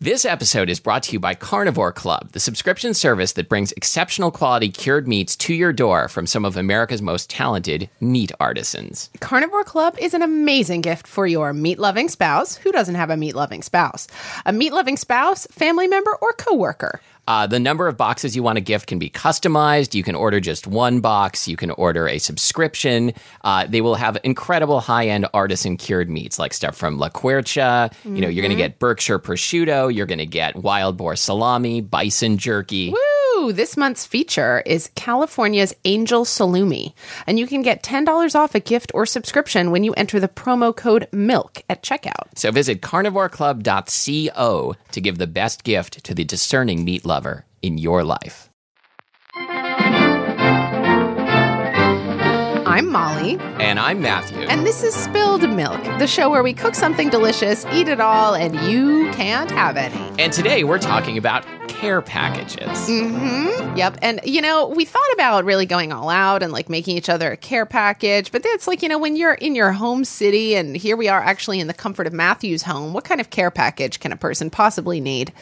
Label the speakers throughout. Speaker 1: This episode is brought to you by Carnivore Club, the subscription service that brings exceptional quality cured meats to your door from some of America's most talented meat artisans.
Speaker 2: Carnivore Club is an amazing gift for your meat loving spouse. Who doesn't have a meat loving spouse? A meat loving spouse, family member, or coworker.
Speaker 1: Uh, the number of boxes you want to gift can be customized. You can order just one box. You can order a subscription. Uh, they will have incredible high-end artisan cured meats, like stuff from La Quercia. You know, you're
Speaker 2: Mm-hmm.
Speaker 1: going to get Berkshire prosciutto. You're going to get wild boar salami, bison jerky.
Speaker 2: Woo! This month's feature is California's Angel Salumi, and you can get $10 off a gift or subscription when you enter the promo code MILK at checkout.
Speaker 1: So visit carnivoreclub.co to give the best gift to the discerning meat lover in your life.
Speaker 2: I'm Molly,
Speaker 1: And I'm Matthew.
Speaker 2: and this is Spilled Milk, the show where we cook something delicious, eat it all, and you can't have any.
Speaker 1: and today we're talking about care packages.
Speaker 2: hmm Yep. And, you know, we thought about really going all out and like making each other a care package. But that's like, you know, when you're in your home city and here we are actually in the comfort of Matthew's home, what kind of care package can a person possibly need?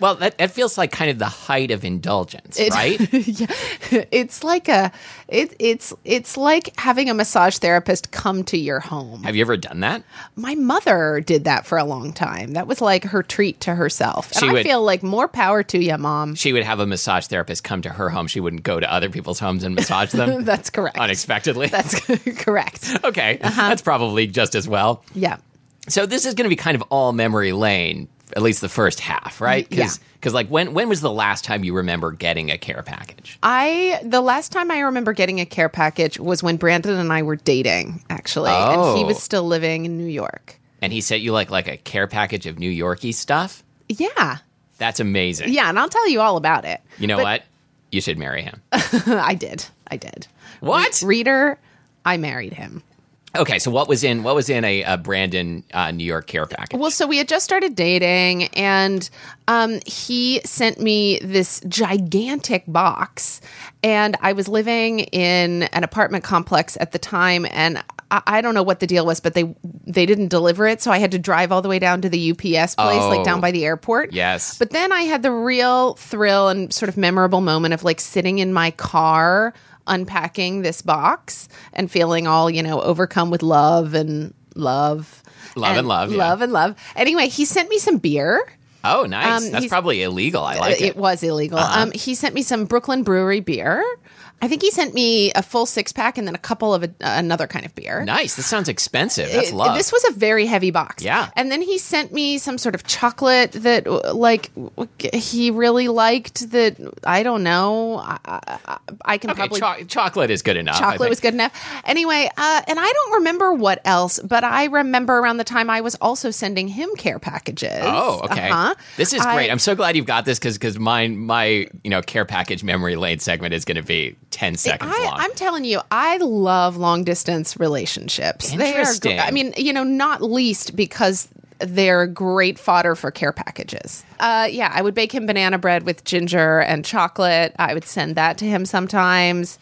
Speaker 1: Well, that, that feels like kind of the height of indulgence, right?
Speaker 2: yeah. It's like a, it, it's, it's like having a massage therapist come to your home.
Speaker 1: Have you ever done that?
Speaker 2: My mother did that for a long time. That was like her treat to herself. And
Speaker 1: She
Speaker 2: I
Speaker 1: would-
Speaker 2: feel like more power to you, mom.
Speaker 1: She would have a massage therapist come to her home. She wouldn't go to other people's homes and massage them
Speaker 2: That's correct.
Speaker 1: unexpectedly.
Speaker 2: That's correct.
Speaker 1: okay,
Speaker 2: Uh-huh.
Speaker 1: that's probably just as well.
Speaker 2: Yeah.
Speaker 1: So this is going to be kind of all memory lane, at least the first half, right? Because
Speaker 2: yeah.
Speaker 1: like when when was the last time you remember getting a care package?
Speaker 2: I the last time I remember getting a care package was when Brandon and I were dating, actually, and he
Speaker 1: Oh.
Speaker 2: was still living in New York.
Speaker 1: And he sent you like like a care package of New Yorkie stuff.
Speaker 2: Yeah,
Speaker 1: That's amazing.
Speaker 2: yeah, and I'll tell you all about it.
Speaker 1: You know what? You should marry him.
Speaker 2: I did, I did.
Speaker 1: What?
Speaker 2: reader? I married him.
Speaker 1: Okay, so what was in what was in a, a Brandon uh, New York care package?
Speaker 2: Well, so we had just started dating, and um, he sent me this gigantic box. And I was living in an apartment complex at the time, and I, I don't know what the deal was, but they they didn't deliver it, so I had to drive all the way down to the UPS place, like
Speaker 1: Oh.
Speaker 2: down by the airport.
Speaker 1: Yes.
Speaker 2: But then I had the real thrill and sort of memorable moment of like sitting in my car unpacking this box and feeling all, you know, overcome with love and love.
Speaker 1: Love and love, yeah.
Speaker 2: Love and love. Anyway, he sent me some beer.
Speaker 1: oh, nice.
Speaker 2: um,
Speaker 1: That's
Speaker 2: he's- Uh,
Speaker 1: probably illegal. I Uh-huh. like
Speaker 2: it.
Speaker 1: it.
Speaker 2: was illegal. Um, he sent me some Brooklyn Brewery beer. I think he sent me a full six pack and then a couple of a, another kind of beer.
Speaker 1: Nice. This sounds expensive. That's
Speaker 2: It-
Speaker 1: love.
Speaker 2: This was a very heavy box.
Speaker 1: Yeah.
Speaker 2: And then he sent me some sort of chocolate that, uh, like, w- he really liked. That I don't know. I, I, I can
Speaker 1: Okay,
Speaker 2: probably
Speaker 1: cho- chocolate is good enough. I
Speaker 2: chocolate
Speaker 1: think.
Speaker 2: was good enough. Anyway, uh, and I don't remember what else, but I remember around the time I was also sending him care packages.
Speaker 1: Oh, okay.
Speaker 2: Uh-huh.
Speaker 1: This is
Speaker 2: I-
Speaker 1: great. I'm so glad you've got this because because mine my you know care package memory lane segment is going to be ten seconds long.
Speaker 2: I, I'm telling you, I love long distance relationships. They
Speaker 1: Interesting.
Speaker 2: are, gr- I mean, you know, not least because they're great fodder for care packages. Uh, yeah, I would bake him banana bread with ginger and chocolate. I would send that to him sometimes.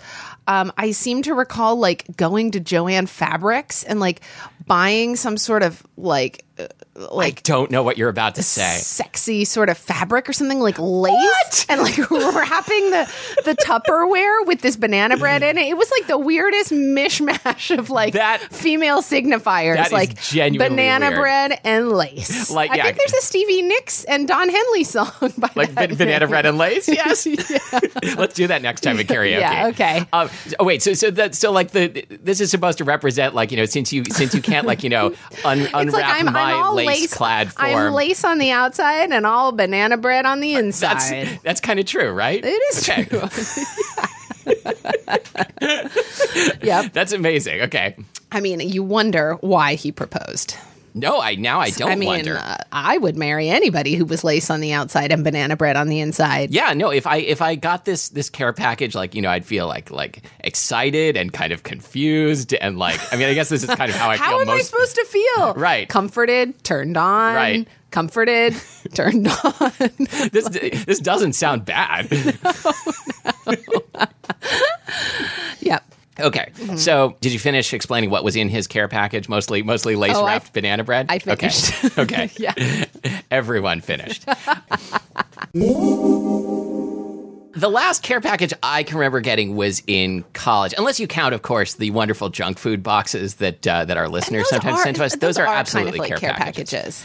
Speaker 2: um, I seem to recall like going to Joanne Fabrics and like buying some sort of like uh,
Speaker 1: I
Speaker 2: like
Speaker 1: don't know what you're about to say.
Speaker 2: sexy sort of fabric or something like lace and like wrapping the the Tupperware with this banana bread in it. It was like the weirdest mishmash of like
Speaker 1: That-
Speaker 2: female signifiers,
Speaker 1: that is
Speaker 2: like
Speaker 1: genuinely
Speaker 2: banana
Speaker 1: weird.
Speaker 2: bread and lace.
Speaker 1: Like,
Speaker 2: I
Speaker 1: yeah.
Speaker 2: think there's a Stevie Nicks and Don Henley song by
Speaker 1: Like
Speaker 2: that
Speaker 1: ban- banana
Speaker 2: name.
Speaker 1: bread and lace, yes. Let's do that next time at karaoke.
Speaker 2: Yeah, okay.
Speaker 1: Um, so- oh wait, so so that so like the this is supposed to represent like you know since you since you can't like you know un, unwrap
Speaker 2: It's like I'm,
Speaker 1: my
Speaker 2: I'm all
Speaker 1: lace,
Speaker 2: lace
Speaker 1: clad form.
Speaker 2: I'm lace on the outside and all banana bread on the
Speaker 1: that's
Speaker 2: inside.
Speaker 1: that's kind of true, right?
Speaker 2: it is
Speaker 1: Okay.
Speaker 2: true. yep.
Speaker 1: That's amazing. Okay.
Speaker 2: I mean, you wonder why he proposed.
Speaker 1: No, I now I don't
Speaker 2: I mean,
Speaker 1: wonder.
Speaker 2: uh, I would marry anybody who was lace on the outside and banana bread on the inside.
Speaker 1: yeah, no. If I if I got this this care package, like you know, I'd feel like like excited and kind of confused and like I mean, I guess this is kind of how I
Speaker 2: How
Speaker 1: feel
Speaker 2: am I
Speaker 1: most.
Speaker 2: supposed to feel?
Speaker 1: Right.
Speaker 2: Comforted, turned on.
Speaker 1: Right.
Speaker 2: Comforted, turned on.
Speaker 1: this this doesn't sound bad.
Speaker 2: yep.
Speaker 1: Okay,
Speaker 2: Mm-hmm.
Speaker 1: so did you finish explaining what was in his care package? Mostly mostly lace
Speaker 2: Oh, I-
Speaker 1: wrapped banana bread.
Speaker 2: I
Speaker 1: Okay.
Speaker 2: finished.
Speaker 1: Okay,
Speaker 2: Yeah.
Speaker 1: everyone finished. The last care package I can remember getting was in college, unless you count, of course, the wonderful junk food boxes that uh, that our listeners
Speaker 2: Those
Speaker 1: sometimes
Speaker 2: are-
Speaker 1: send to us. Those, are,
Speaker 2: kind of
Speaker 1: absolutely
Speaker 2: like
Speaker 1: care, packages.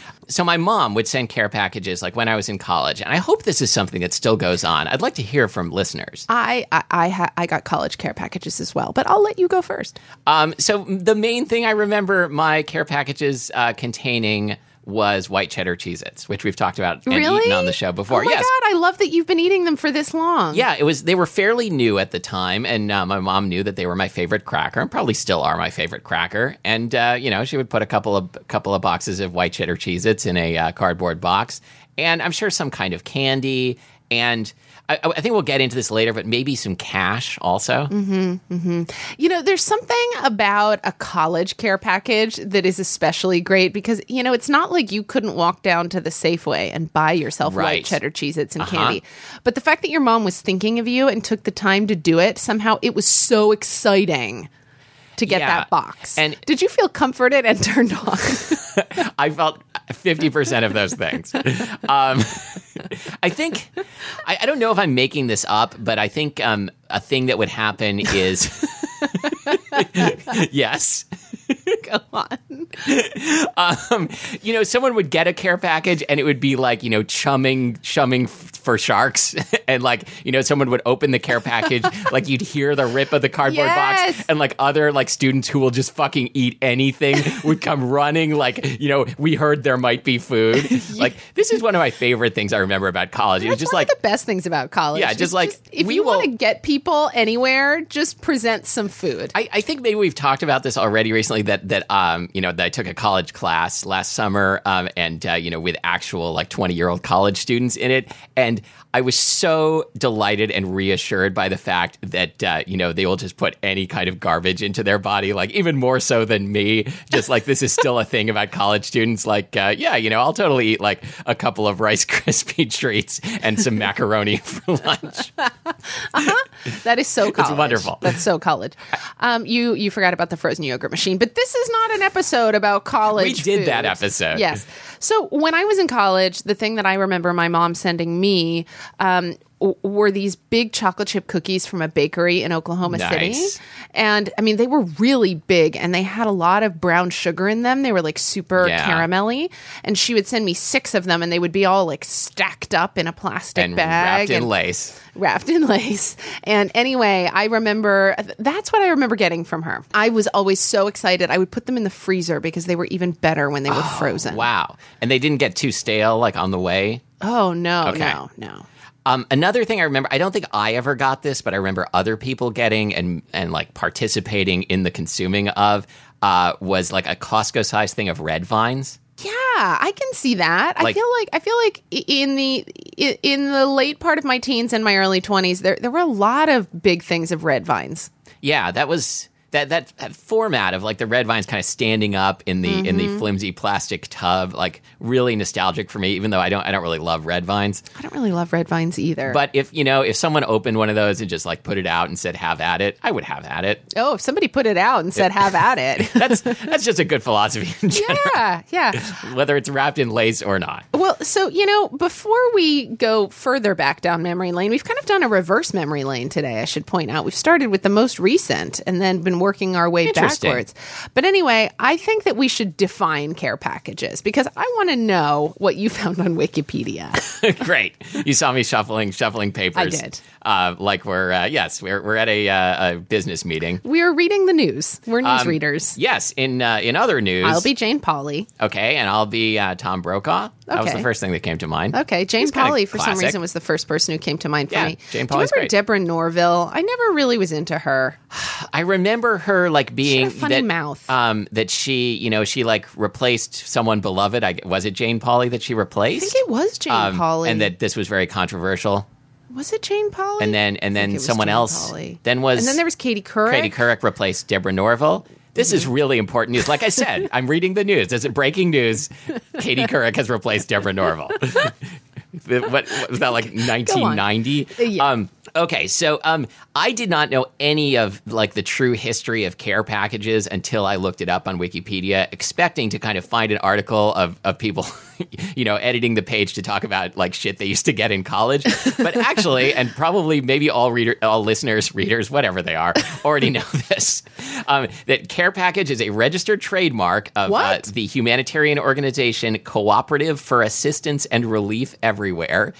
Speaker 2: packages.
Speaker 1: So my mom would send care packages like when I was in college, and I hope this is something that still goes on. I'd like to hear from listeners.
Speaker 2: I I I, ha- I got college care packages as well, but I'll let you go first.
Speaker 1: Um, so the main thing I remember my care packages uh, containing was white cheddar Cheez-Its, which we've talked about and
Speaker 2: Really?
Speaker 1: eaten on the show before.
Speaker 2: Oh my
Speaker 1: yes.
Speaker 2: god, I love that you've been eating them for this long.
Speaker 1: Yeah, it was. They were fairly new at the time, and uh, my mom knew that they were my favorite cracker, and probably still are my favorite cracker. And uh, you know, she would put a couple of couple of boxes of white cheddar Cheez-Its in a uh, cardboard box, and I'm sure some kind of candy. And I, I think we'll get into this later, but maybe some cash also.
Speaker 2: You know, there's something about a college care package that is especially great because, you know, it's not like you couldn't walk down to the Safeway and buy yourself
Speaker 1: Right. Uh-huh.
Speaker 2: white cheddar Cheez Its and candy. But the fact that your mom was thinking of you and took the time to do it, somehow it was so exciting to get
Speaker 1: Yeah.
Speaker 2: that box.
Speaker 1: And-
Speaker 2: did you feel comforted and turned on?
Speaker 1: I felt 50% of those things. Um, I think, I, I don't know if I'm making this up, but I think um, a thing that would happen is. yes.
Speaker 2: Go on.
Speaker 1: Um, you know, someone would get a care package and it would be like, you know, chumming, chumming f- for sharks. and like, you know, someone would open the care package, like you'd hear the rip of the cardboard
Speaker 2: Yes.
Speaker 1: box. And like other like students who will just fucking eat anything would come running, like, you know, we heard there might be food. Like, this is one of my favorite things I remember about college. It was
Speaker 2: That's
Speaker 1: just
Speaker 2: one
Speaker 1: like,
Speaker 2: of the best things about college.
Speaker 1: Yeah,
Speaker 2: is
Speaker 1: just like,
Speaker 2: if
Speaker 1: we
Speaker 2: you want to
Speaker 1: will-
Speaker 2: get people anywhere, just present some food.
Speaker 1: I, I think maybe we've talked about this already recently that that um you know that I took a college class last summer um and uh, you know with actual like 20 year old college students in it and I was so delighted and reassured by the fact that uh, you know they will just put any kind of garbage into their body like even more so than me just like this is still a thing about college students like uh, yeah you know I'll totally eat like a couple of Rice Krispie treats and some macaroni for lunch
Speaker 2: That is so college.
Speaker 1: wonderful.
Speaker 2: That's so college. Um, you you forgot about the frozen yogurt machine, but this is not an episode about college.
Speaker 1: we did that
Speaker 2: food.
Speaker 1: episode
Speaker 2: Yes. So when I was in college, the thing that I remember my mom sending me um, w- were these big chocolate chip cookies from a bakery in Oklahoma
Speaker 1: Nice.
Speaker 2: City. And I mean, they were really big and they had a lot of brown sugar in them. They were like super
Speaker 1: Yeah.
Speaker 2: caramelly. And she would send me six of them and they would be all like stacked up in a plastic
Speaker 1: and
Speaker 2: bag.
Speaker 1: wrapped in
Speaker 2: and-
Speaker 1: lace.
Speaker 2: wrapped in lace. And anyway, I remember that's what I remember getting from her. I was always so excited. I would put them in the freezer because they were even better when they were frozen.
Speaker 1: Oh, Wow. And they didn't get too stale like on the way.
Speaker 2: Oh no,
Speaker 1: Okay.
Speaker 2: no, no.
Speaker 1: Um, another thing I remember, I don't think I ever got this, but I remember other people getting and and like participating in the consuming of uh, was like a Costco sized thing of red vines.
Speaker 2: Yeah, I can see that. I
Speaker 1: Like-
Speaker 2: feel like I feel like i- in the i- in the late part of my teens and my early 20s there there were a lot of big things of red vines.
Speaker 1: Yeah, that was that that, that format of like the red vines kind of standing up in the in the flimsy plastic tub, like really nostalgic for me. Even though I don't I don't really love red vines,
Speaker 2: I don't really love red vines either.
Speaker 1: but if you know if someone opened one of those and just like put it out and said have at it, I would have at it.
Speaker 2: oh, if somebody put it out and said, "Have at it,"
Speaker 1: That's that's just a good philosophy in general,
Speaker 2: yeah, yeah.
Speaker 1: whether it's wrapped in lace or not.
Speaker 2: Well, so you know, before we go further back down memory lane, we've kind of done a reverse memory lane today. I should point out we've started with the most recent and then been working our way
Speaker 1: Interesting.
Speaker 2: backwards. But anyway, I think that we should define care packages because I want to know what you found on Wikipedia.
Speaker 1: Great. You saw me shuffling shuffling papers.
Speaker 2: I did.
Speaker 1: Uh, like we're uh, yes, we're we're at a, uh, a business meeting.
Speaker 2: we are reading the news. We're
Speaker 1: Um,
Speaker 2: news readers.
Speaker 1: Yes, in uh, in other news.
Speaker 2: I'll be Jane Polly.
Speaker 1: okay, and I'll be uh, Tom Brokaw. That was the
Speaker 2: Okay.
Speaker 1: first thing that came to mind.
Speaker 2: Okay, Jane
Speaker 1: kinda
Speaker 2: Polly for some
Speaker 1: classic.
Speaker 2: reason was the first person who came to mind for
Speaker 1: Yeah,
Speaker 2: me.
Speaker 1: Jane
Speaker 2: Do you
Speaker 1: Polly's
Speaker 2: remember
Speaker 1: great.
Speaker 2: Deborah Norville? I never really was into her.
Speaker 1: I remember her like being
Speaker 2: a funny
Speaker 1: that,
Speaker 2: mouth.
Speaker 1: Um, that she you know she like replaced someone beloved. I was it Jane Polly that she
Speaker 2: I
Speaker 1: replaced.
Speaker 2: think it was Jane
Speaker 1: Um,
Speaker 2: Polly.
Speaker 1: and that this was very controversial.
Speaker 2: was it Jane Polly?
Speaker 1: And then
Speaker 2: think it
Speaker 1: and then
Speaker 2: was
Speaker 1: someone
Speaker 2: Jane
Speaker 1: else.
Speaker 2: Polly.
Speaker 1: Then was
Speaker 2: And then there was Katie Couric.
Speaker 1: Katie Couric replaced Deborah Norville. This is really important news. Like I said, I'm reading the news. Is it breaking news? Katie Couric has replaced Deborah Norville. what, what was that like 1990?
Speaker 2: Yeah.
Speaker 1: Um, okay, so um, I did not know any of like the true history of care packages until I looked it up on Wikipedia, expecting to kind of find an article of of people, you know, editing the page to talk about like shit they used to get in college. But actually, and probably maybe all reader, all listeners, readers, whatever they are, already know this. Um, that care package is a registered trademark of uh,
Speaker 2: What?
Speaker 1: the humanitarian organization Cooperative for Assistance and Relief Everywhere.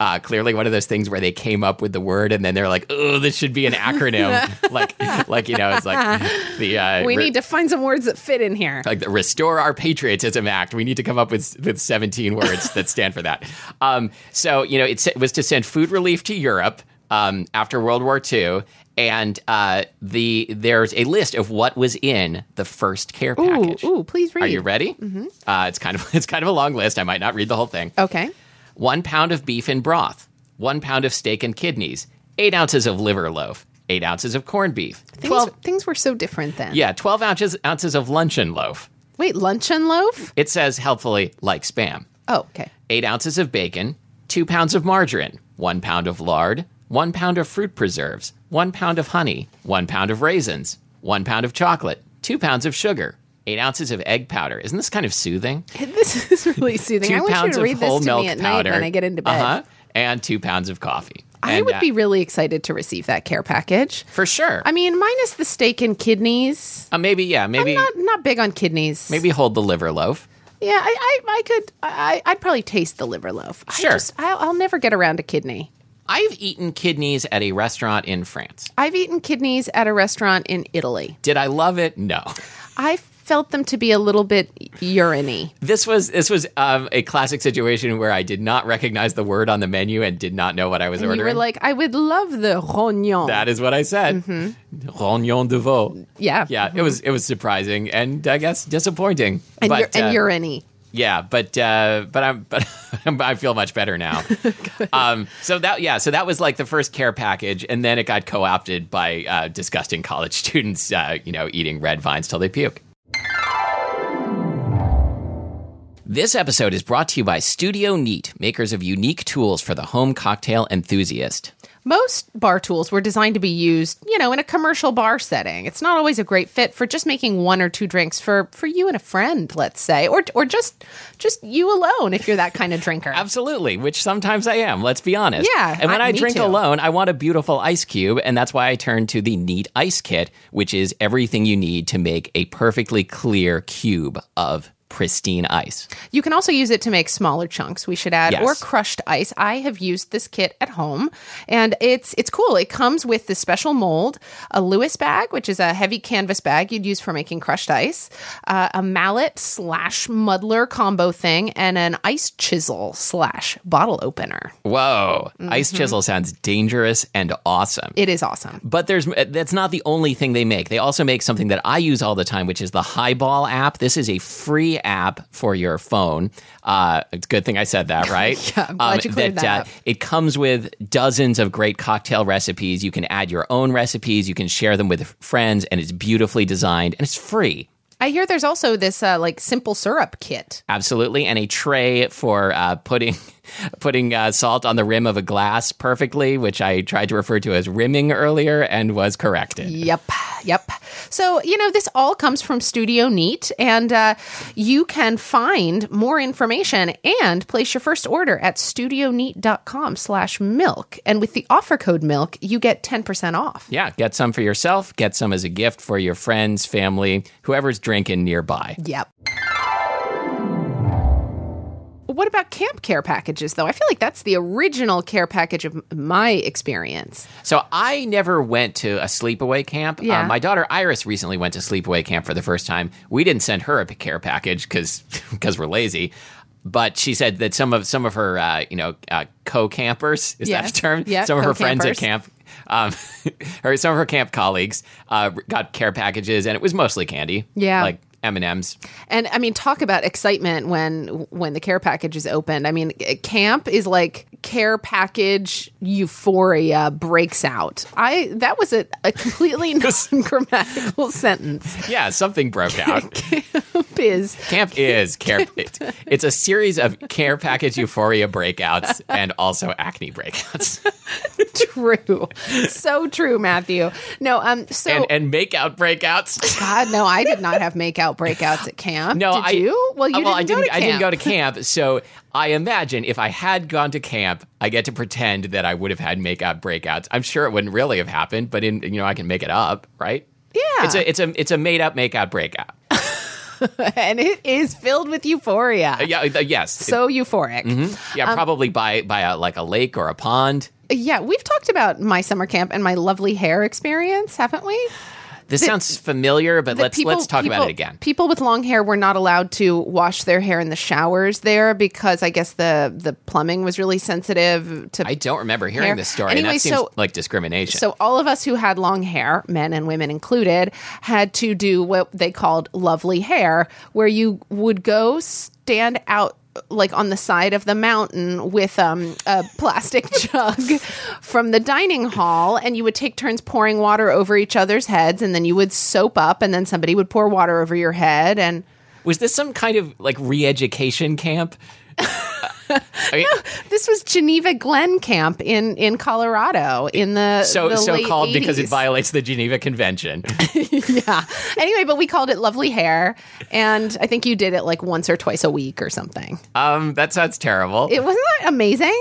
Speaker 1: Uh, clearly, one of those things where they came up with the word and then they're like, "Oh, this should be an acronym." like, like you know, it's like the uh,
Speaker 2: we
Speaker 1: re-
Speaker 2: need to find some words that fit in here.
Speaker 1: like the Restore Our Patriotism Act. We need to come up with with 17 words that stand for that. Um, so you know, it s- was to send food relief to Europe um, after World War II, and uh, the there's a list of what was in the first care
Speaker 2: Ooh,
Speaker 1: package.
Speaker 2: ooh, please read.
Speaker 1: Are you ready? Mm-hmm. Uh, it's kind of it's kind of a long list. I might not read the whole thing.
Speaker 2: Okay.
Speaker 1: One pound of beef and broth. One pound of steak and kidneys. Eight ounces of liver loaf. Eight ounces of corned beef.
Speaker 2: Things,
Speaker 1: Twelve.
Speaker 2: things were so different then.
Speaker 1: Yeah, twelve ounces ounces of luncheon loaf.
Speaker 2: Wait, luncheon loaf?
Speaker 1: It says helpfully like spam.
Speaker 2: Oh, okay.
Speaker 1: Eight ounces of bacon. Two pounds of margarine. One pound of lard. One pound of fruit preserves. One pound of honey. One pound of raisins. One pound of chocolate. Two pounds of sugar. Eight ounces of egg powder. Isn't this kind of soothing?
Speaker 2: This is really soothing. I
Speaker 1: two
Speaker 2: want you
Speaker 1: pounds
Speaker 2: to read
Speaker 1: of whole
Speaker 2: this to
Speaker 1: milk
Speaker 2: me at
Speaker 1: powder
Speaker 2: night when I get into bed.
Speaker 1: Uh-huh. and two pounds of coffee.
Speaker 2: I
Speaker 1: And,
Speaker 2: would
Speaker 1: uh,
Speaker 2: be really excited to receive that care package.
Speaker 1: for sure.
Speaker 2: I mean, minus the steak and kidneys.
Speaker 1: uh, maybe yeah, maybe
Speaker 2: Not not big on kidneys.
Speaker 1: maybe hold the liver loaf.
Speaker 2: Yeah, I I, I could I I'd probably taste the liver loaf. I
Speaker 1: Sure.
Speaker 2: just, I'll, I'll never get around to kidney.
Speaker 1: I've eaten kidneys at a restaurant in France.
Speaker 2: I've eaten kidneys at a restaurant in Italy.
Speaker 1: Did I love it? No.
Speaker 2: I felt them to be a little bit uriny.
Speaker 1: This was this was um, a classic situation where I did not recognize the word on the menu and did not know what I was
Speaker 2: You
Speaker 1: ordering.
Speaker 2: were like, I would love the rognon.
Speaker 1: that is what I said.
Speaker 2: mm-hmm.
Speaker 1: Rognon de veau.
Speaker 2: yeah.
Speaker 1: Yeah, it was it was surprising and I guess disappointing.
Speaker 2: Mm-hmm. And,
Speaker 1: but,
Speaker 2: ur- and
Speaker 1: uh,
Speaker 2: uriny.
Speaker 1: Yeah, but uh, but I'm but I feel much better now. um, so that yeah, so that was like the first care package, and then it got co opted by uh, disgusting college students, uh, you know, eating red vines till they puke. This episode is brought to you by Studio Neat, makers of unique tools for the home cocktail enthusiast.
Speaker 2: Most bar tools were designed to be used, you know, in a commercial bar setting. It's not always a great fit for just making one or two drinks for for you and a friend, let's say, or or just just you alone if you're that kind of drinker.
Speaker 1: Absolutely, which sometimes I am, let's be honest.
Speaker 2: Yeah,
Speaker 1: And when I,
Speaker 2: I- me
Speaker 1: drink
Speaker 2: too.
Speaker 1: alone, I want a beautiful ice cube, and that's why I turn to the Neat Ice Kit, which is everything you need to make a perfectly clear cube of pristine ice.
Speaker 2: You can also use it to make smaller chunks. We should add
Speaker 1: Yes.
Speaker 2: or crushed ice. I have used this kit at home, and it's it's cool. It comes with this special mold, a Lewis bag, which is a heavy canvas bag you'd use for making crushed ice, uh, a mallet slash muddler combo thing, and an ice chisel slash bottle opener.
Speaker 1: Whoa, ice
Speaker 2: Mm-hmm.
Speaker 1: chisel sounds dangerous and awesome.
Speaker 2: It is awesome.
Speaker 1: But there's uh, that's not the only thing they make. They also make something that I use all the time, which is the Highball app. This is a free free app for your phone. Uh, it's a good thing I said that, right? Um, uh,
Speaker 2: Yeah, I'm glad you cleared that up.
Speaker 1: it comes with dozens of great cocktail recipes. You can add your own recipes. You can share them with friends, and it's beautifully designed and it's free.
Speaker 2: I hear there's also this uh, like simple syrup kit.
Speaker 1: Absolutely, and a tray for uh, putting putting uh, salt on the rim of a glass perfectly, which I tried to refer to as rimming earlier and was corrected.
Speaker 2: Yep, yep. So, you know, this all comes from Studio Neat, and uh, you can find more information and place your first order at studioneat.com slash milk. And with the offer code milk, you get 10% off.
Speaker 1: Yeah, get some for yourself. Get some as a gift for your friends, family, whoever's drinking nearby.
Speaker 2: Yep. What about camp care packages, though? I feel like that's the original care package of my experience.
Speaker 1: So I never went to a sleepaway camp. Uh,
Speaker 2: Yeah.
Speaker 1: my daughter Iris recently went to sleepaway camp for the first time. We didn't send her a care package because we're lazy. But she said that some of some of her uh, you know uh, co campers is
Speaker 2: Yes.
Speaker 1: that a term?
Speaker 2: Yeah,
Speaker 1: some of her friends at
Speaker 2: co-campers.
Speaker 1: camp, um, or some of her camp colleagues uh, got care packages, and it was mostly candy.
Speaker 2: Yeah.
Speaker 1: like M and M's.
Speaker 2: And I mean, talk about excitement when when the care package is opened. I mean, c- camp is like care package euphoria breaks out. I that was a, a completely non-grammatical sentence.
Speaker 1: Yeah, something broke out.
Speaker 2: Camp is
Speaker 1: Camp is care. It, it's a series of care package euphoria breakouts and also acne breakouts
Speaker 2: true, so true, Matthew. No, um, so.
Speaker 1: and and makeout breakouts.
Speaker 2: God, no, I did not have makeout breakouts at camp.
Speaker 1: No,
Speaker 2: did
Speaker 1: I Uh,
Speaker 2: you? Well, you didn't,
Speaker 1: well, I didn't.
Speaker 2: go to
Speaker 1: I
Speaker 2: camp.
Speaker 1: didn't go to camp. So I imagine if I had gone to camp, I get to pretend that I would have had makeout breakouts. I'm sure it wouldn't really have happened, but in you know I can make it up, right?
Speaker 2: Yeah.
Speaker 1: It's a it's a it's a made up makeout breakout.
Speaker 2: and it is filled with euphoria.
Speaker 1: Yeah. Mm-hmm. uh, Yes.
Speaker 2: So um, euphoric.
Speaker 1: yeah. Probably by by a, like a lake or a pond.
Speaker 2: Yeah, we've talked about my summer camp and my lovely hair experience, haven't we?
Speaker 1: This sounds familiar, but
Speaker 2: that
Speaker 1: let's let's talk about it again.
Speaker 2: People with long hair were not allowed to wash their hair in the showers there because I guess the the plumbing was really sensitive to.
Speaker 1: I don't remember hearing
Speaker 2: Hair.
Speaker 1: this story. and
Speaker 2: Anyway,
Speaker 1: that seems
Speaker 2: so-
Speaker 1: like discrimination.
Speaker 2: so all of us who had long hair, men and women included, had to do what they called lovely hair, where you would go stand out like on the side of the mountain with um, a plastic jug from the dining hall and you would take turns pouring water over each other's heads and then you would soap up and then somebody would pour water over your head and
Speaker 1: was this some kind of like re-education camp? I mean,
Speaker 2: This was Geneva Glen Camp in in Colorado in the
Speaker 1: so
Speaker 2: the
Speaker 1: so
Speaker 2: late
Speaker 1: called because it
Speaker 2: 80s.
Speaker 1: violates the Geneva Convention.
Speaker 2: yeah. Anyway, but we called it lovely hair, and I think you did it like once or twice a week or something.
Speaker 1: Um, that sounds terrible.
Speaker 2: It wasn't that amazing.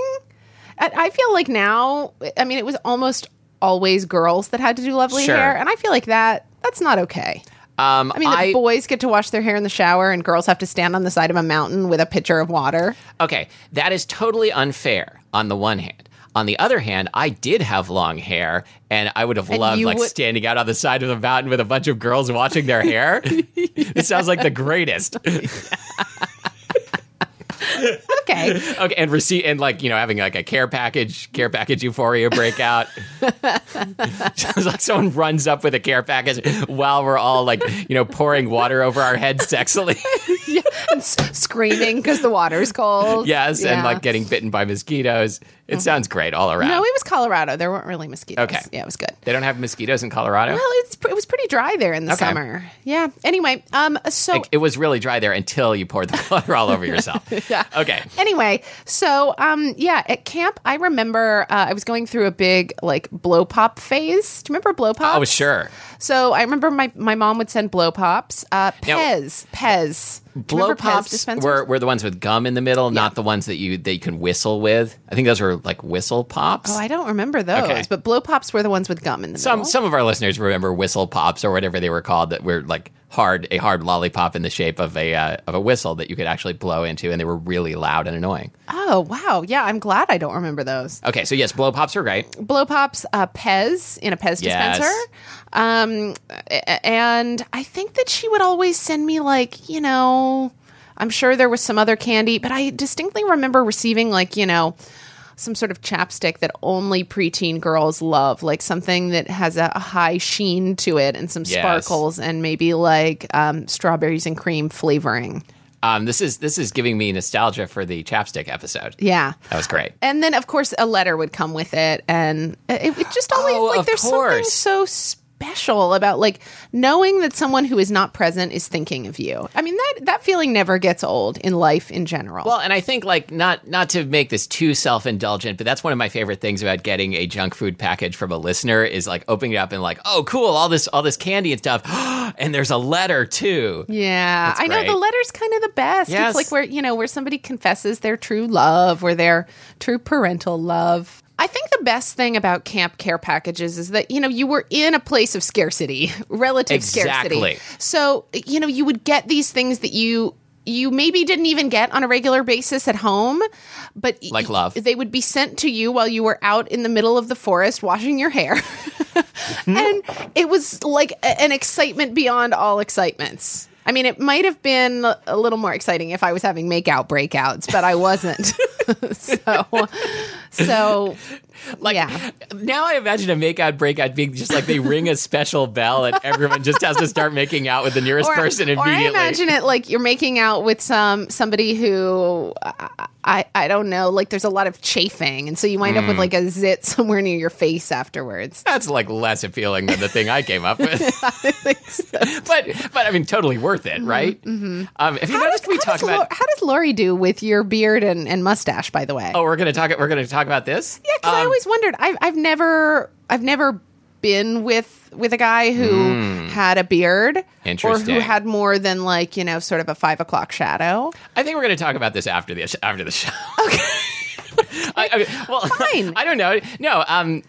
Speaker 2: I, I feel like now, I mean, it was almost always girls that had to do lovely
Speaker 1: Sure.
Speaker 2: hair, and I feel like that that's not okay.
Speaker 1: um,
Speaker 2: I mean, the boys get to wash their hair in the shower, and girls have to stand on the side of a mountain with a pitcher of water.
Speaker 1: okay, that is totally unfair. On the one hand. On the other hand, I did have long hair, and I would have loved
Speaker 2: you
Speaker 1: like
Speaker 2: would-
Speaker 1: standing out on the side of the mountain with a bunch of girls watching their hair. It sounds like the greatest.
Speaker 2: Okay.
Speaker 1: Okay, and receipt and like you know having like a care package, care package euphoria breakout. Sounds like someone runs up with a care package while we're all like you know pouring water over our heads sexily.
Speaker 2: and s- screaming because the water's cold.
Speaker 1: yes,
Speaker 2: Yeah. Mm-hmm.
Speaker 1: and like getting bitten by mosquitoes. It sounds great all around.
Speaker 2: No, it was Colorado. There weren't really mosquitoes.
Speaker 1: Okay.
Speaker 2: Yeah, it was good.
Speaker 1: they don't have mosquitoes in Colorado.
Speaker 2: Well, it's pr- it was pretty dry there in the
Speaker 1: Okay.
Speaker 2: summer. Yeah. Anyway, um, so
Speaker 1: Like, it was really dry there until you poured the water all over yourself.
Speaker 2: Yeah.
Speaker 1: Okay.
Speaker 2: anyway, so um, yeah, at camp I remember uh, I was going through a big like blow pop phase. Do you remember blow pop?
Speaker 1: Oh sure.
Speaker 2: So I remember my my mom would send blow pops. Uh,
Speaker 1: Now-
Speaker 2: Pez, Pez. Do you
Speaker 1: Blow
Speaker 2: remember Pez
Speaker 1: pops
Speaker 2: dispensers?
Speaker 1: were, were the ones with gum in the middle, not the ones that you that you can whistle with. I think those were like whistle pops.
Speaker 2: Oh, I don't remember those,
Speaker 1: Okay.
Speaker 2: but blow pops were the ones with gum in the
Speaker 1: Some
Speaker 2: middle.
Speaker 1: some of our listeners remember whistle pops or whatever they were called that were like hard a hard lollipop in the shape of a uh, of a whistle that you could actually blow into, and they were really loud and annoying.
Speaker 2: Oh wow, yeah, I'm glad I don't remember those.
Speaker 1: Okay, so yes, blow pops were great.
Speaker 2: blow pops uh, Pez in a Pez
Speaker 1: Yes.
Speaker 2: dispenser. Um, a- a- and I think that she would always send me like, you know, I'm sure there was some other candy, but I distinctly remember receiving like, you know, some sort of chapstick that only preteen girls love, like something that has a, a high sheen to it and some
Speaker 1: Yes.
Speaker 2: sparkles and maybe like um, strawberries and cream flavoring.
Speaker 1: Um, this is this is giving me nostalgia for the chapstick episode.
Speaker 2: Yeah.
Speaker 1: That was great.
Speaker 2: And then, of course, a letter would come with it, and it, it just always
Speaker 1: Oh,
Speaker 2: like
Speaker 1: of
Speaker 2: there's something
Speaker 1: course.
Speaker 2: so special about like knowing that someone who is not present is thinking of you. I mean that that feeling never gets old in life in general.
Speaker 1: Well, and I think like not not to make this too self indulgent, but that's one of my favorite things about getting a junk food package from a listener is like opening it up and like, oh, cool, all this all this candy and stuff, and there's a letter too.
Speaker 2: yeah, I know
Speaker 1: great.
Speaker 2: the letter's kind of the best.
Speaker 1: Yes.
Speaker 2: It's like where you know where somebody confesses their true love or their true parental love. I think the best thing about camp care packages is that you know you were in a place of scarcity, relative
Speaker 1: Exactly.
Speaker 2: scarcity. So, you know, you would get these things that you you maybe didn't even get on a regular basis at home, but y-
Speaker 1: Like love.
Speaker 2: They would be sent to you while you were out in the middle of the forest washing your hair.
Speaker 1: Mm-hmm.
Speaker 2: and it was like a- an excitement beyond all excitements. I mean, it might have been a little more exciting if I was having makeout breakouts, but I wasn't. so, so
Speaker 1: Like
Speaker 2: Yeah.
Speaker 1: now I imagine a makeout breakout being just like they ring a special bell and everyone just has to start making out with the nearest person
Speaker 2: I
Speaker 1: immediately.
Speaker 2: imagine it like you're making out with some somebody who I, I I don't know. Like there's a lot of chafing, and so you wind up
Speaker 1: Mm.
Speaker 2: with like a zit somewhere near your face afterwards.
Speaker 1: that's like less appealing than the thing I came up with. but but I mean, totally worth it, right? Mm-hmm. Um, if you noticed, we
Speaker 2: how
Speaker 1: talk
Speaker 2: does
Speaker 1: about.
Speaker 2: Lo- how does Lori do with your beard and, and mustache? By the way,
Speaker 1: Oh, we're gonna talk. We're gonna talk about this. Um,
Speaker 2: yeah, because I always wondered. I've I've never I've never been with with a guy who had a beard or
Speaker 1: Mm. Interesting.
Speaker 2: who had more than like you know sort of a five o'clock shadow.
Speaker 1: I think we're going to talk about this after the after the show. Okay. I, I mean, well,
Speaker 2: Fine.
Speaker 1: I don't know. No. Um.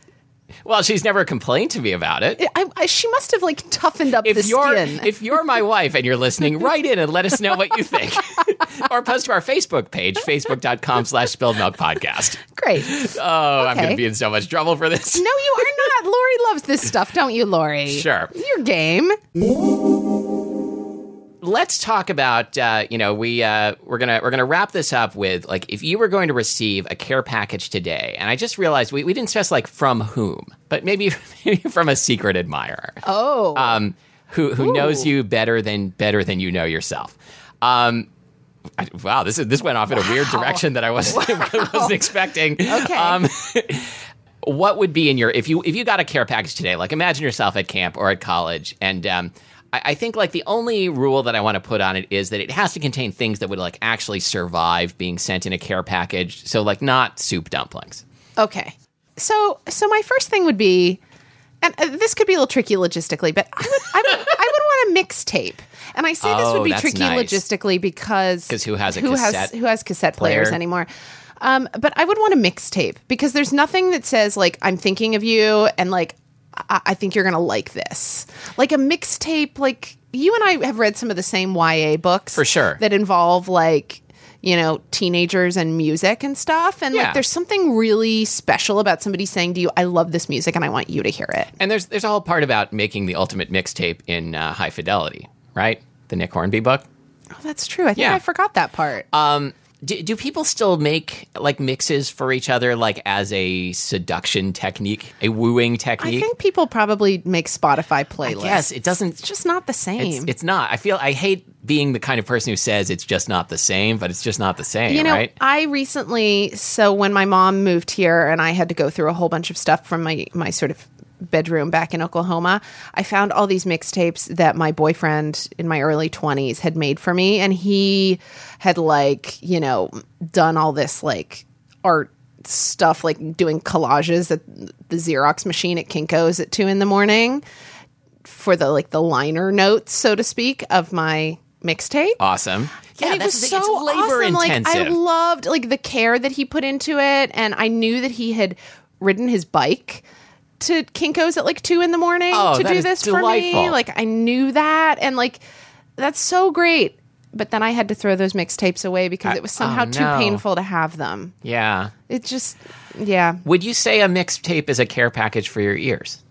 Speaker 1: Well, she's never complained to me about it.
Speaker 2: I, I, she must have like toughened up the
Speaker 1: If you're
Speaker 2: skin.
Speaker 1: if you're my wife and you're listening, write in and let us know what you think, or post to our Facebook page, facebook.com/slash spilled milk podcast.
Speaker 2: Great.
Speaker 1: Oh, I'm going to
Speaker 2: Okay.
Speaker 1: be in so much trouble for this.
Speaker 2: No, you are not. Lori loves this stuff, don't you, Lori?
Speaker 1: Sure.
Speaker 2: Your game.
Speaker 1: let's talk about uh, you know we uh, we're gonna we're gonna wrap this up with like if you were going to receive a care package today and i just realized we, we didn't stress like from whom but maybe maybe from a secret admirer
Speaker 2: Oh.
Speaker 1: um, who who knows you better than better than you know yourself um, I- wow this is this went off in a weird direction that i wasn't wasn't expecting
Speaker 2: okay.
Speaker 1: what would be in your if you if you got a care package today like imagine yourself at camp or at college and um I I think like the only rule that I want to put on it is that it has to contain things that would like actually survive being sent in a care package. So like not soup dumplings.
Speaker 2: okay. So, so my first thing would be, and uh, this could be a little tricky logistically, but I would, I would, I would want a mixtape. And I say this
Speaker 1: Oh,
Speaker 2: would be
Speaker 1: that's
Speaker 2: tricky
Speaker 1: nice.
Speaker 2: logistically because
Speaker 1: 'Cause who has a
Speaker 2: who has
Speaker 1: cassette
Speaker 2: who has cassette players
Speaker 1: player?
Speaker 2: anymore. Um, but I would want a mixtape because there's nothing that says like I'm thinking of you and like I, I think you're gonna like this. Like a mixtape, like you and I have read some of the same YA books
Speaker 1: For sure.
Speaker 2: that involve like you know teenagers and music and stuff and
Speaker 1: Yeah.
Speaker 2: like there's something really special about somebody saying to you i love this music and i want you to hear it
Speaker 1: And there's there's a whole part about making the ultimate mixtape in uh, high fidelity, right? The Nick Hornby book.
Speaker 2: oh that's true i think
Speaker 1: Yeah.
Speaker 2: i forgot that part
Speaker 1: Um, do, do people still make like mixes for each other like as a seduction technique, a wooing
Speaker 2: i
Speaker 1: technique?
Speaker 2: think people probably make spotify playlists
Speaker 1: yes, it doesn't
Speaker 2: it's just not the same
Speaker 1: It's, it's not. I feel I hate being the kind of person who says it's just not the same, but it's just not the same,
Speaker 2: You know,
Speaker 1: right?
Speaker 2: I recently so when my mom moved here and I had to go through a whole bunch of stuff from my my sort of bedroom back in Oklahoma, I found all these mixtapes that my boyfriend in my early 20s had made for me and he had like, you know, done all this like art stuff like doing collages at the Xerox machine at Kinko's at 2 in the morning for the like the liner notes so to speak of my mixtape
Speaker 1: Awesome. Yeah,
Speaker 2: and it
Speaker 1: that's
Speaker 2: was
Speaker 1: the
Speaker 2: so
Speaker 1: thing. It's labor
Speaker 2: awesome.
Speaker 1: intensive.
Speaker 2: Like I loved like the care that he put into it, and I knew that he had ridden his bike to Kinkos at like two in the morning
Speaker 1: Oh,
Speaker 2: to
Speaker 1: that
Speaker 2: do
Speaker 1: is
Speaker 2: this for me.
Speaker 1: delightful.
Speaker 2: Like I knew that, and like that's so great. But then I had to throw those mixtapes away because it was somehow
Speaker 1: oh, no.
Speaker 2: too painful to have them.
Speaker 1: yeah.
Speaker 2: It just, yeah.
Speaker 1: Would you say a mixtape is a care package for your ears?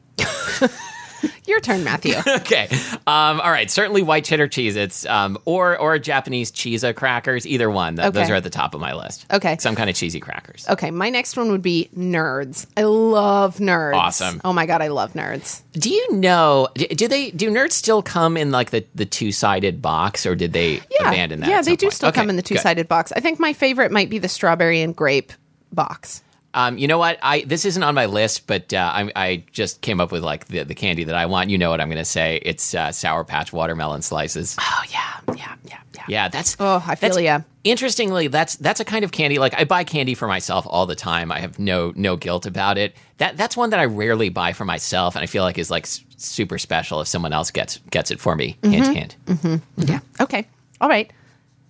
Speaker 2: Your turn, Matthew.
Speaker 1: okay. Um, all right. Certainly white cheddar cheese. It's um, or or Japanese cheesa crackers. Either one. Th- Those
Speaker 2: Okay.
Speaker 1: are at the top of my list.
Speaker 2: Okay.
Speaker 1: Some kind of cheesy crackers.
Speaker 2: Okay, my next one would be nerds. I love nerds.
Speaker 1: Awesome.
Speaker 2: Oh my god, I love nerds.
Speaker 1: Do you know? d- Do they? Do nerds still come in like the, the two sided box, or did they
Speaker 2: Yeah,
Speaker 1: abandon that?
Speaker 2: yeah,
Speaker 1: at
Speaker 2: they
Speaker 1: some
Speaker 2: do
Speaker 1: point?
Speaker 2: still
Speaker 1: Okay,
Speaker 2: come in the
Speaker 1: good.
Speaker 2: two-sided box. I think my favorite might be the strawberry and grape box.
Speaker 1: Um, you know what? I this isn't on my list, but uh, I, I just came up with like the, the candy that I want. You know what I'm going to say? It's uh, sour patch watermelon slices.
Speaker 2: Oh yeah, yeah, yeah, yeah.
Speaker 1: Yeah, that's.
Speaker 2: Oh, I feel
Speaker 1: that's-
Speaker 2: ya.
Speaker 1: Interestingly, that's that's a kind of candy. Like I buy candy for myself all the time. I have no no guilt about it. That that's one that I rarely buy for myself, and I feel like is like s- super special if someone else gets gets it for me.
Speaker 2: Mm-hmm.
Speaker 1: Hint, hint.
Speaker 2: Yeah. Okay. All right.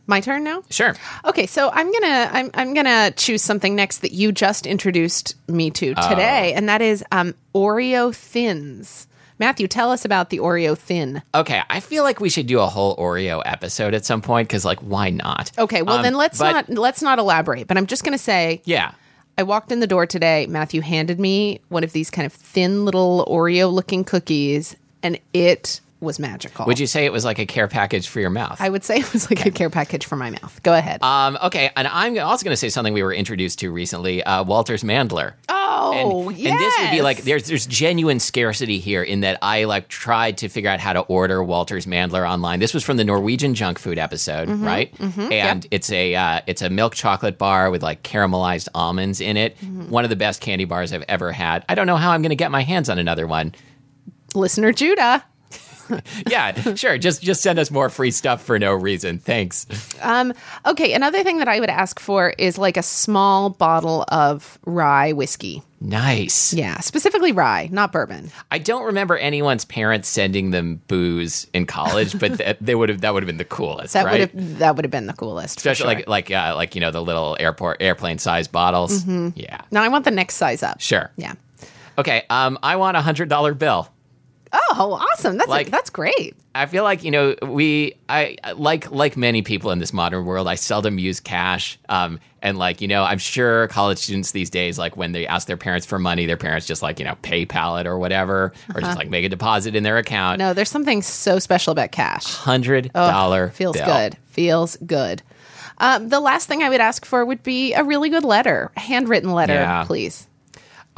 Speaker 2: My turn now.
Speaker 1: Sure.
Speaker 2: Okay, so I'm gonna I'm I'm gonna choose something next that you just introduced me to
Speaker 1: Oh.
Speaker 2: today, and that is um, Oreo thins. Matthew, tell us about the Oreo thin.
Speaker 1: Okay, I feel like we should do a whole Oreo episode at some point because, like, why not?
Speaker 2: Okay, well
Speaker 1: Um,
Speaker 2: then let's not
Speaker 1: but-
Speaker 2: let's not elaborate. But I'm just gonna say
Speaker 1: Yeah.
Speaker 2: I walked in the door today. Matthew handed me one of these kind of thin little Oreo looking cookies, and it was magical.
Speaker 1: Would you say it was like a care package for your mouth?
Speaker 2: I would say it was like a care package for my mouth. Go ahead.
Speaker 1: um, okay, and I'm also going to say something we were introduced to recently: uh, Walter's Mandler.
Speaker 2: oh,
Speaker 1: and,
Speaker 2: yes.
Speaker 1: and this would be like there's there's genuine scarcity here in that I like tried to figure out how to order Walter's Mandler online. This was from the Norwegian junk food episode,
Speaker 2: Mm-hmm,
Speaker 1: right? and it's a uh, it's a milk chocolate bar with like caramelized almonds in it.
Speaker 2: Mm-hmm.
Speaker 1: One of the best candy bars I've ever had. I don't know how I'm going to get my hands on another one.
Speaker 2: listener Judah.
Speaker 1: Yeah, sure. Just just send us more free stuff for no reason. Thanks.
Speaker 2: Okay, another thing that I would ask for is like a small bottle of rye whiskey.
Speaker 1: Nice.
Speaker 2: Yeah, specifically rye, not bourbon.
Speaker 1: I don't remember anyone's parents sending them booze in college, but that they would have that would have been the coolest,
Speaker 2: That would
Speaker 1: right?
Speaker 2: have that would have been the coolest. for
Speaker 1: especially
Speaker 2: sure.
Speaker 1: like like uh, like you know the little airport airplane size bottles. Yeah,
Speaker 2: now I want the next size up.
Speaker 1: sure.
Speaker 2: Yeah.
Speaker 1: Okay, um, I want a hundred dollar bill.
Speaker 2: Oh, awesome. That's
Speaker 1: Like-
Speaker 2: that's great.
Speaker 1: I feel like you know we I like like many people in this modern world. I seldom use cash, um, and like you know I'm sure college students these days like when they ask their parents for money, their parents just like you know PayPal it or whatever, or just like make a deposit in their account.
Speaker 2: Uh-huh. No, there's something so special about cash.
Speaker 1: Hundred dollar
Speaker 2: Feels good. Feels good. Um, the last thing I would ask for would be a really good letter, a handwritten letter,
Speaker 1: Yeah.
Speaker 2: please.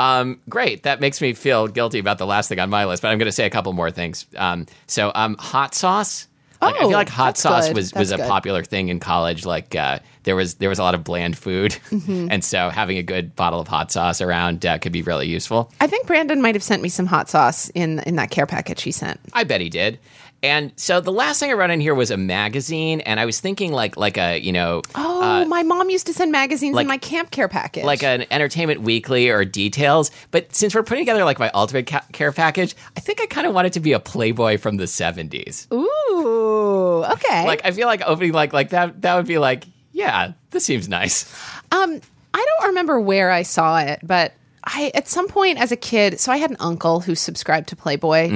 Speaker 1: Um, great. That makes me feel guilty about the last thing on my list, but I'm going to say a couple more things. Um, so, um, hot sauce. Like, I
Speaker 2: Oh,
Speaker 1: feel like hot
Speaker 2: that's
Speaker 1: sauce
Speaker 2: good.
Speaker 1: was,
Speaker 2: That's
Speaker 1: was a
Speaker 2: good.
Speaker 1: popular thing in college. Like uh, there was there was a lot of bland food,
Speaker 2: Mm-hmm.
Speaker 1: and so having a good bottle of hot sauce around uh, could be really useful.
Speaker 2: I think Brandon might have sent me some hot sauce in in that care package he sent.
Speaker 1: I bet he did. And so the last thing I wrote in here was a magazine, and I was thinking like like a you know
Speaker 2: Oh, my mom used to send magazines in my camp care package.
Speaker 1: Uh, like an Entertainment Weekly or Details. But since we're putting together like my ultimate ca- care package, I think I kind of want it to be a Playboy from the '70s.
Speaker 2: ooh, okay.
Speaker 1: like I feel like opening like like that that would be like yeah this seems nice
Speaker 2: Um, I don't remember where I saw it, but I at some point as a kid, so I had an uncle who subscribed to Playboy,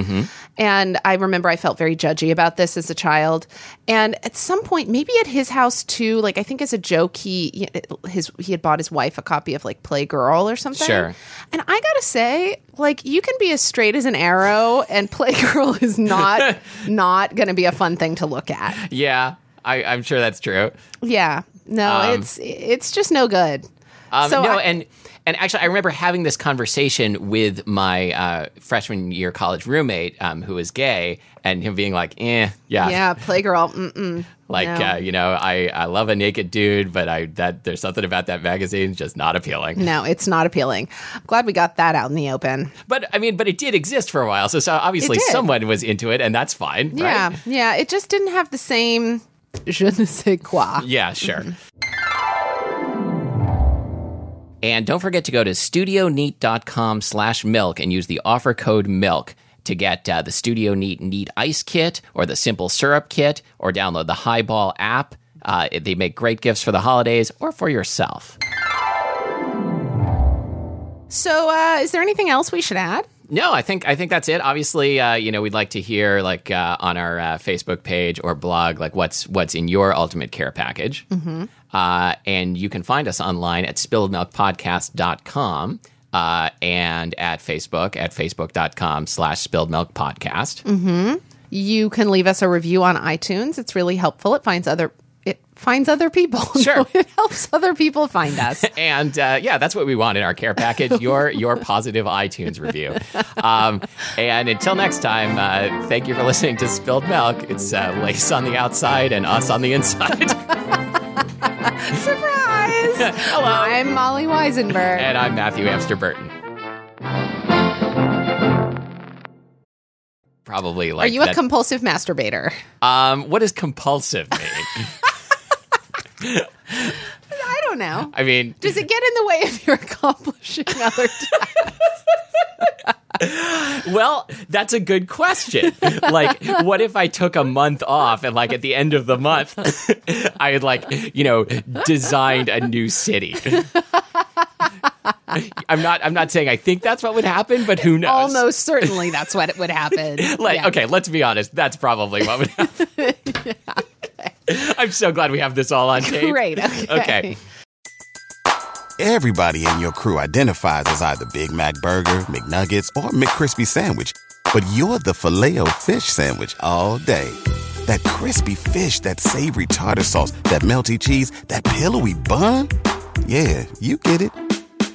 Speaker 2: and I remember I felt very judgy about this as a child. And at some point, maybe at his house too, like I think as a joke, he his he had bought his wife a copy of like Playgirl or something.
Speaker 1: Sure.
Speaker 2: And I gotta say, like you can be as straight as an arrow, and Playgirl is not not gonna be a fun thing to look at.
Speaker 1: yeah I, I'm sure that's true
Speaker 2: Yeah. No, it's it's just no good.
Speaker 1: um,
Speaker 2: So
Speaker 1: no
Speaker 2: I-
Speaker 1: and and actually I remember having this conversation with my uh, freshman year college roommate um, who was gay and him being like eh yeah,
Speaker 2: Yeah, Playgirl. Mm-mm.
Speaker 1: like
Speaker 2: no.
Speaker 1: uh, you know I I love a naked dude but I that there's something about that magazine just not appealing
Speaker 2: No, it's not appealing. I'm glad we got that out in the open.
Speaker 1: but I mean but it did exist for a while so, so obviously
Speaker 2: did.
Speaker 1: someone was into it and that's fine right?
Speaker 2: Yeah, yeah. It just didn't have the same je ne sais quoi.
Speaker 1: Yeah, sure. And don't forget to go to studioneat.com slash milk and use the offer code milk to get uh, the Studio Neat Neat Ice Kit or the Simple Syrup Kit or download the Highball app. Uh, they make great gifts for the holidays or for yourself.
Speaker 2: So, uh, is there anything else we should add?
Speaker 1: No, I think I think that's it. Obviously, uh, you know, we'd like to hear like uh, on our uh, Facebook page or blog, like what's what's in your ultimate care package. Mm-hmm. Uh, and you can find us online at spilledmilkpodcast.com. uh, and at Facebook at facebook.com slash spilled milk podcast.
Speaker 2: You can leave us a review on iTunes. It's really helpful. It finds other it finds other people.
Speaker 1: Sure.
Speaker 2: it helps other people find us.
Speaker 1: And uh, yeah, that's what we want in our care package your your positive iTunes review. Um, and until next time, uh, thank you for listening to Spilled Milk. It's uh, lace on the outside and us on the inside.
Speaker 2: Surprise!
Speaker 1: Hello.
Speaker 2: I'm Molly Weisenberg.
Speaker 1: and I'm Matthew Amster Burton. Probably
Speaker 2: Are
Speaker 1: like
Speaker 2: you a
Speaker 1: that-
Speaker 2: compulsive masturbator?
Speaker 1: um, what does compulsive mean?
Speaker 2: I don't know.
Speaker 1: I mean,
Speaker 2: Does it get in the way of your accomplishing other tasks?
Speaker 1: Well, that's a good question. like, what if I took a month off and, like, at the end of the month, I had, like, you know, designed a new city? I'm not. I'm not saying I think that's what would happen, but who knows?
Speaker 2: Almost certainly that's what it would happen.
Speaker 1: Like,
Speaker 2: Yeah.
Speaker 1: okay, let's be honest. That's probably what would happen. I'm so glad we have this all on tape.
Speaker 2: Great. Okay.
Speaker 1: Okay.
Speaker 3: Everybody in your crew identifies as either Big Mac Burger, McNuggets, or McCrispy Sandwich. But you're the filet fish Sandwich all day. That crispy fish, that savory tartar sauce, that melty cheese, that pillowy bun. Yeah, you get it.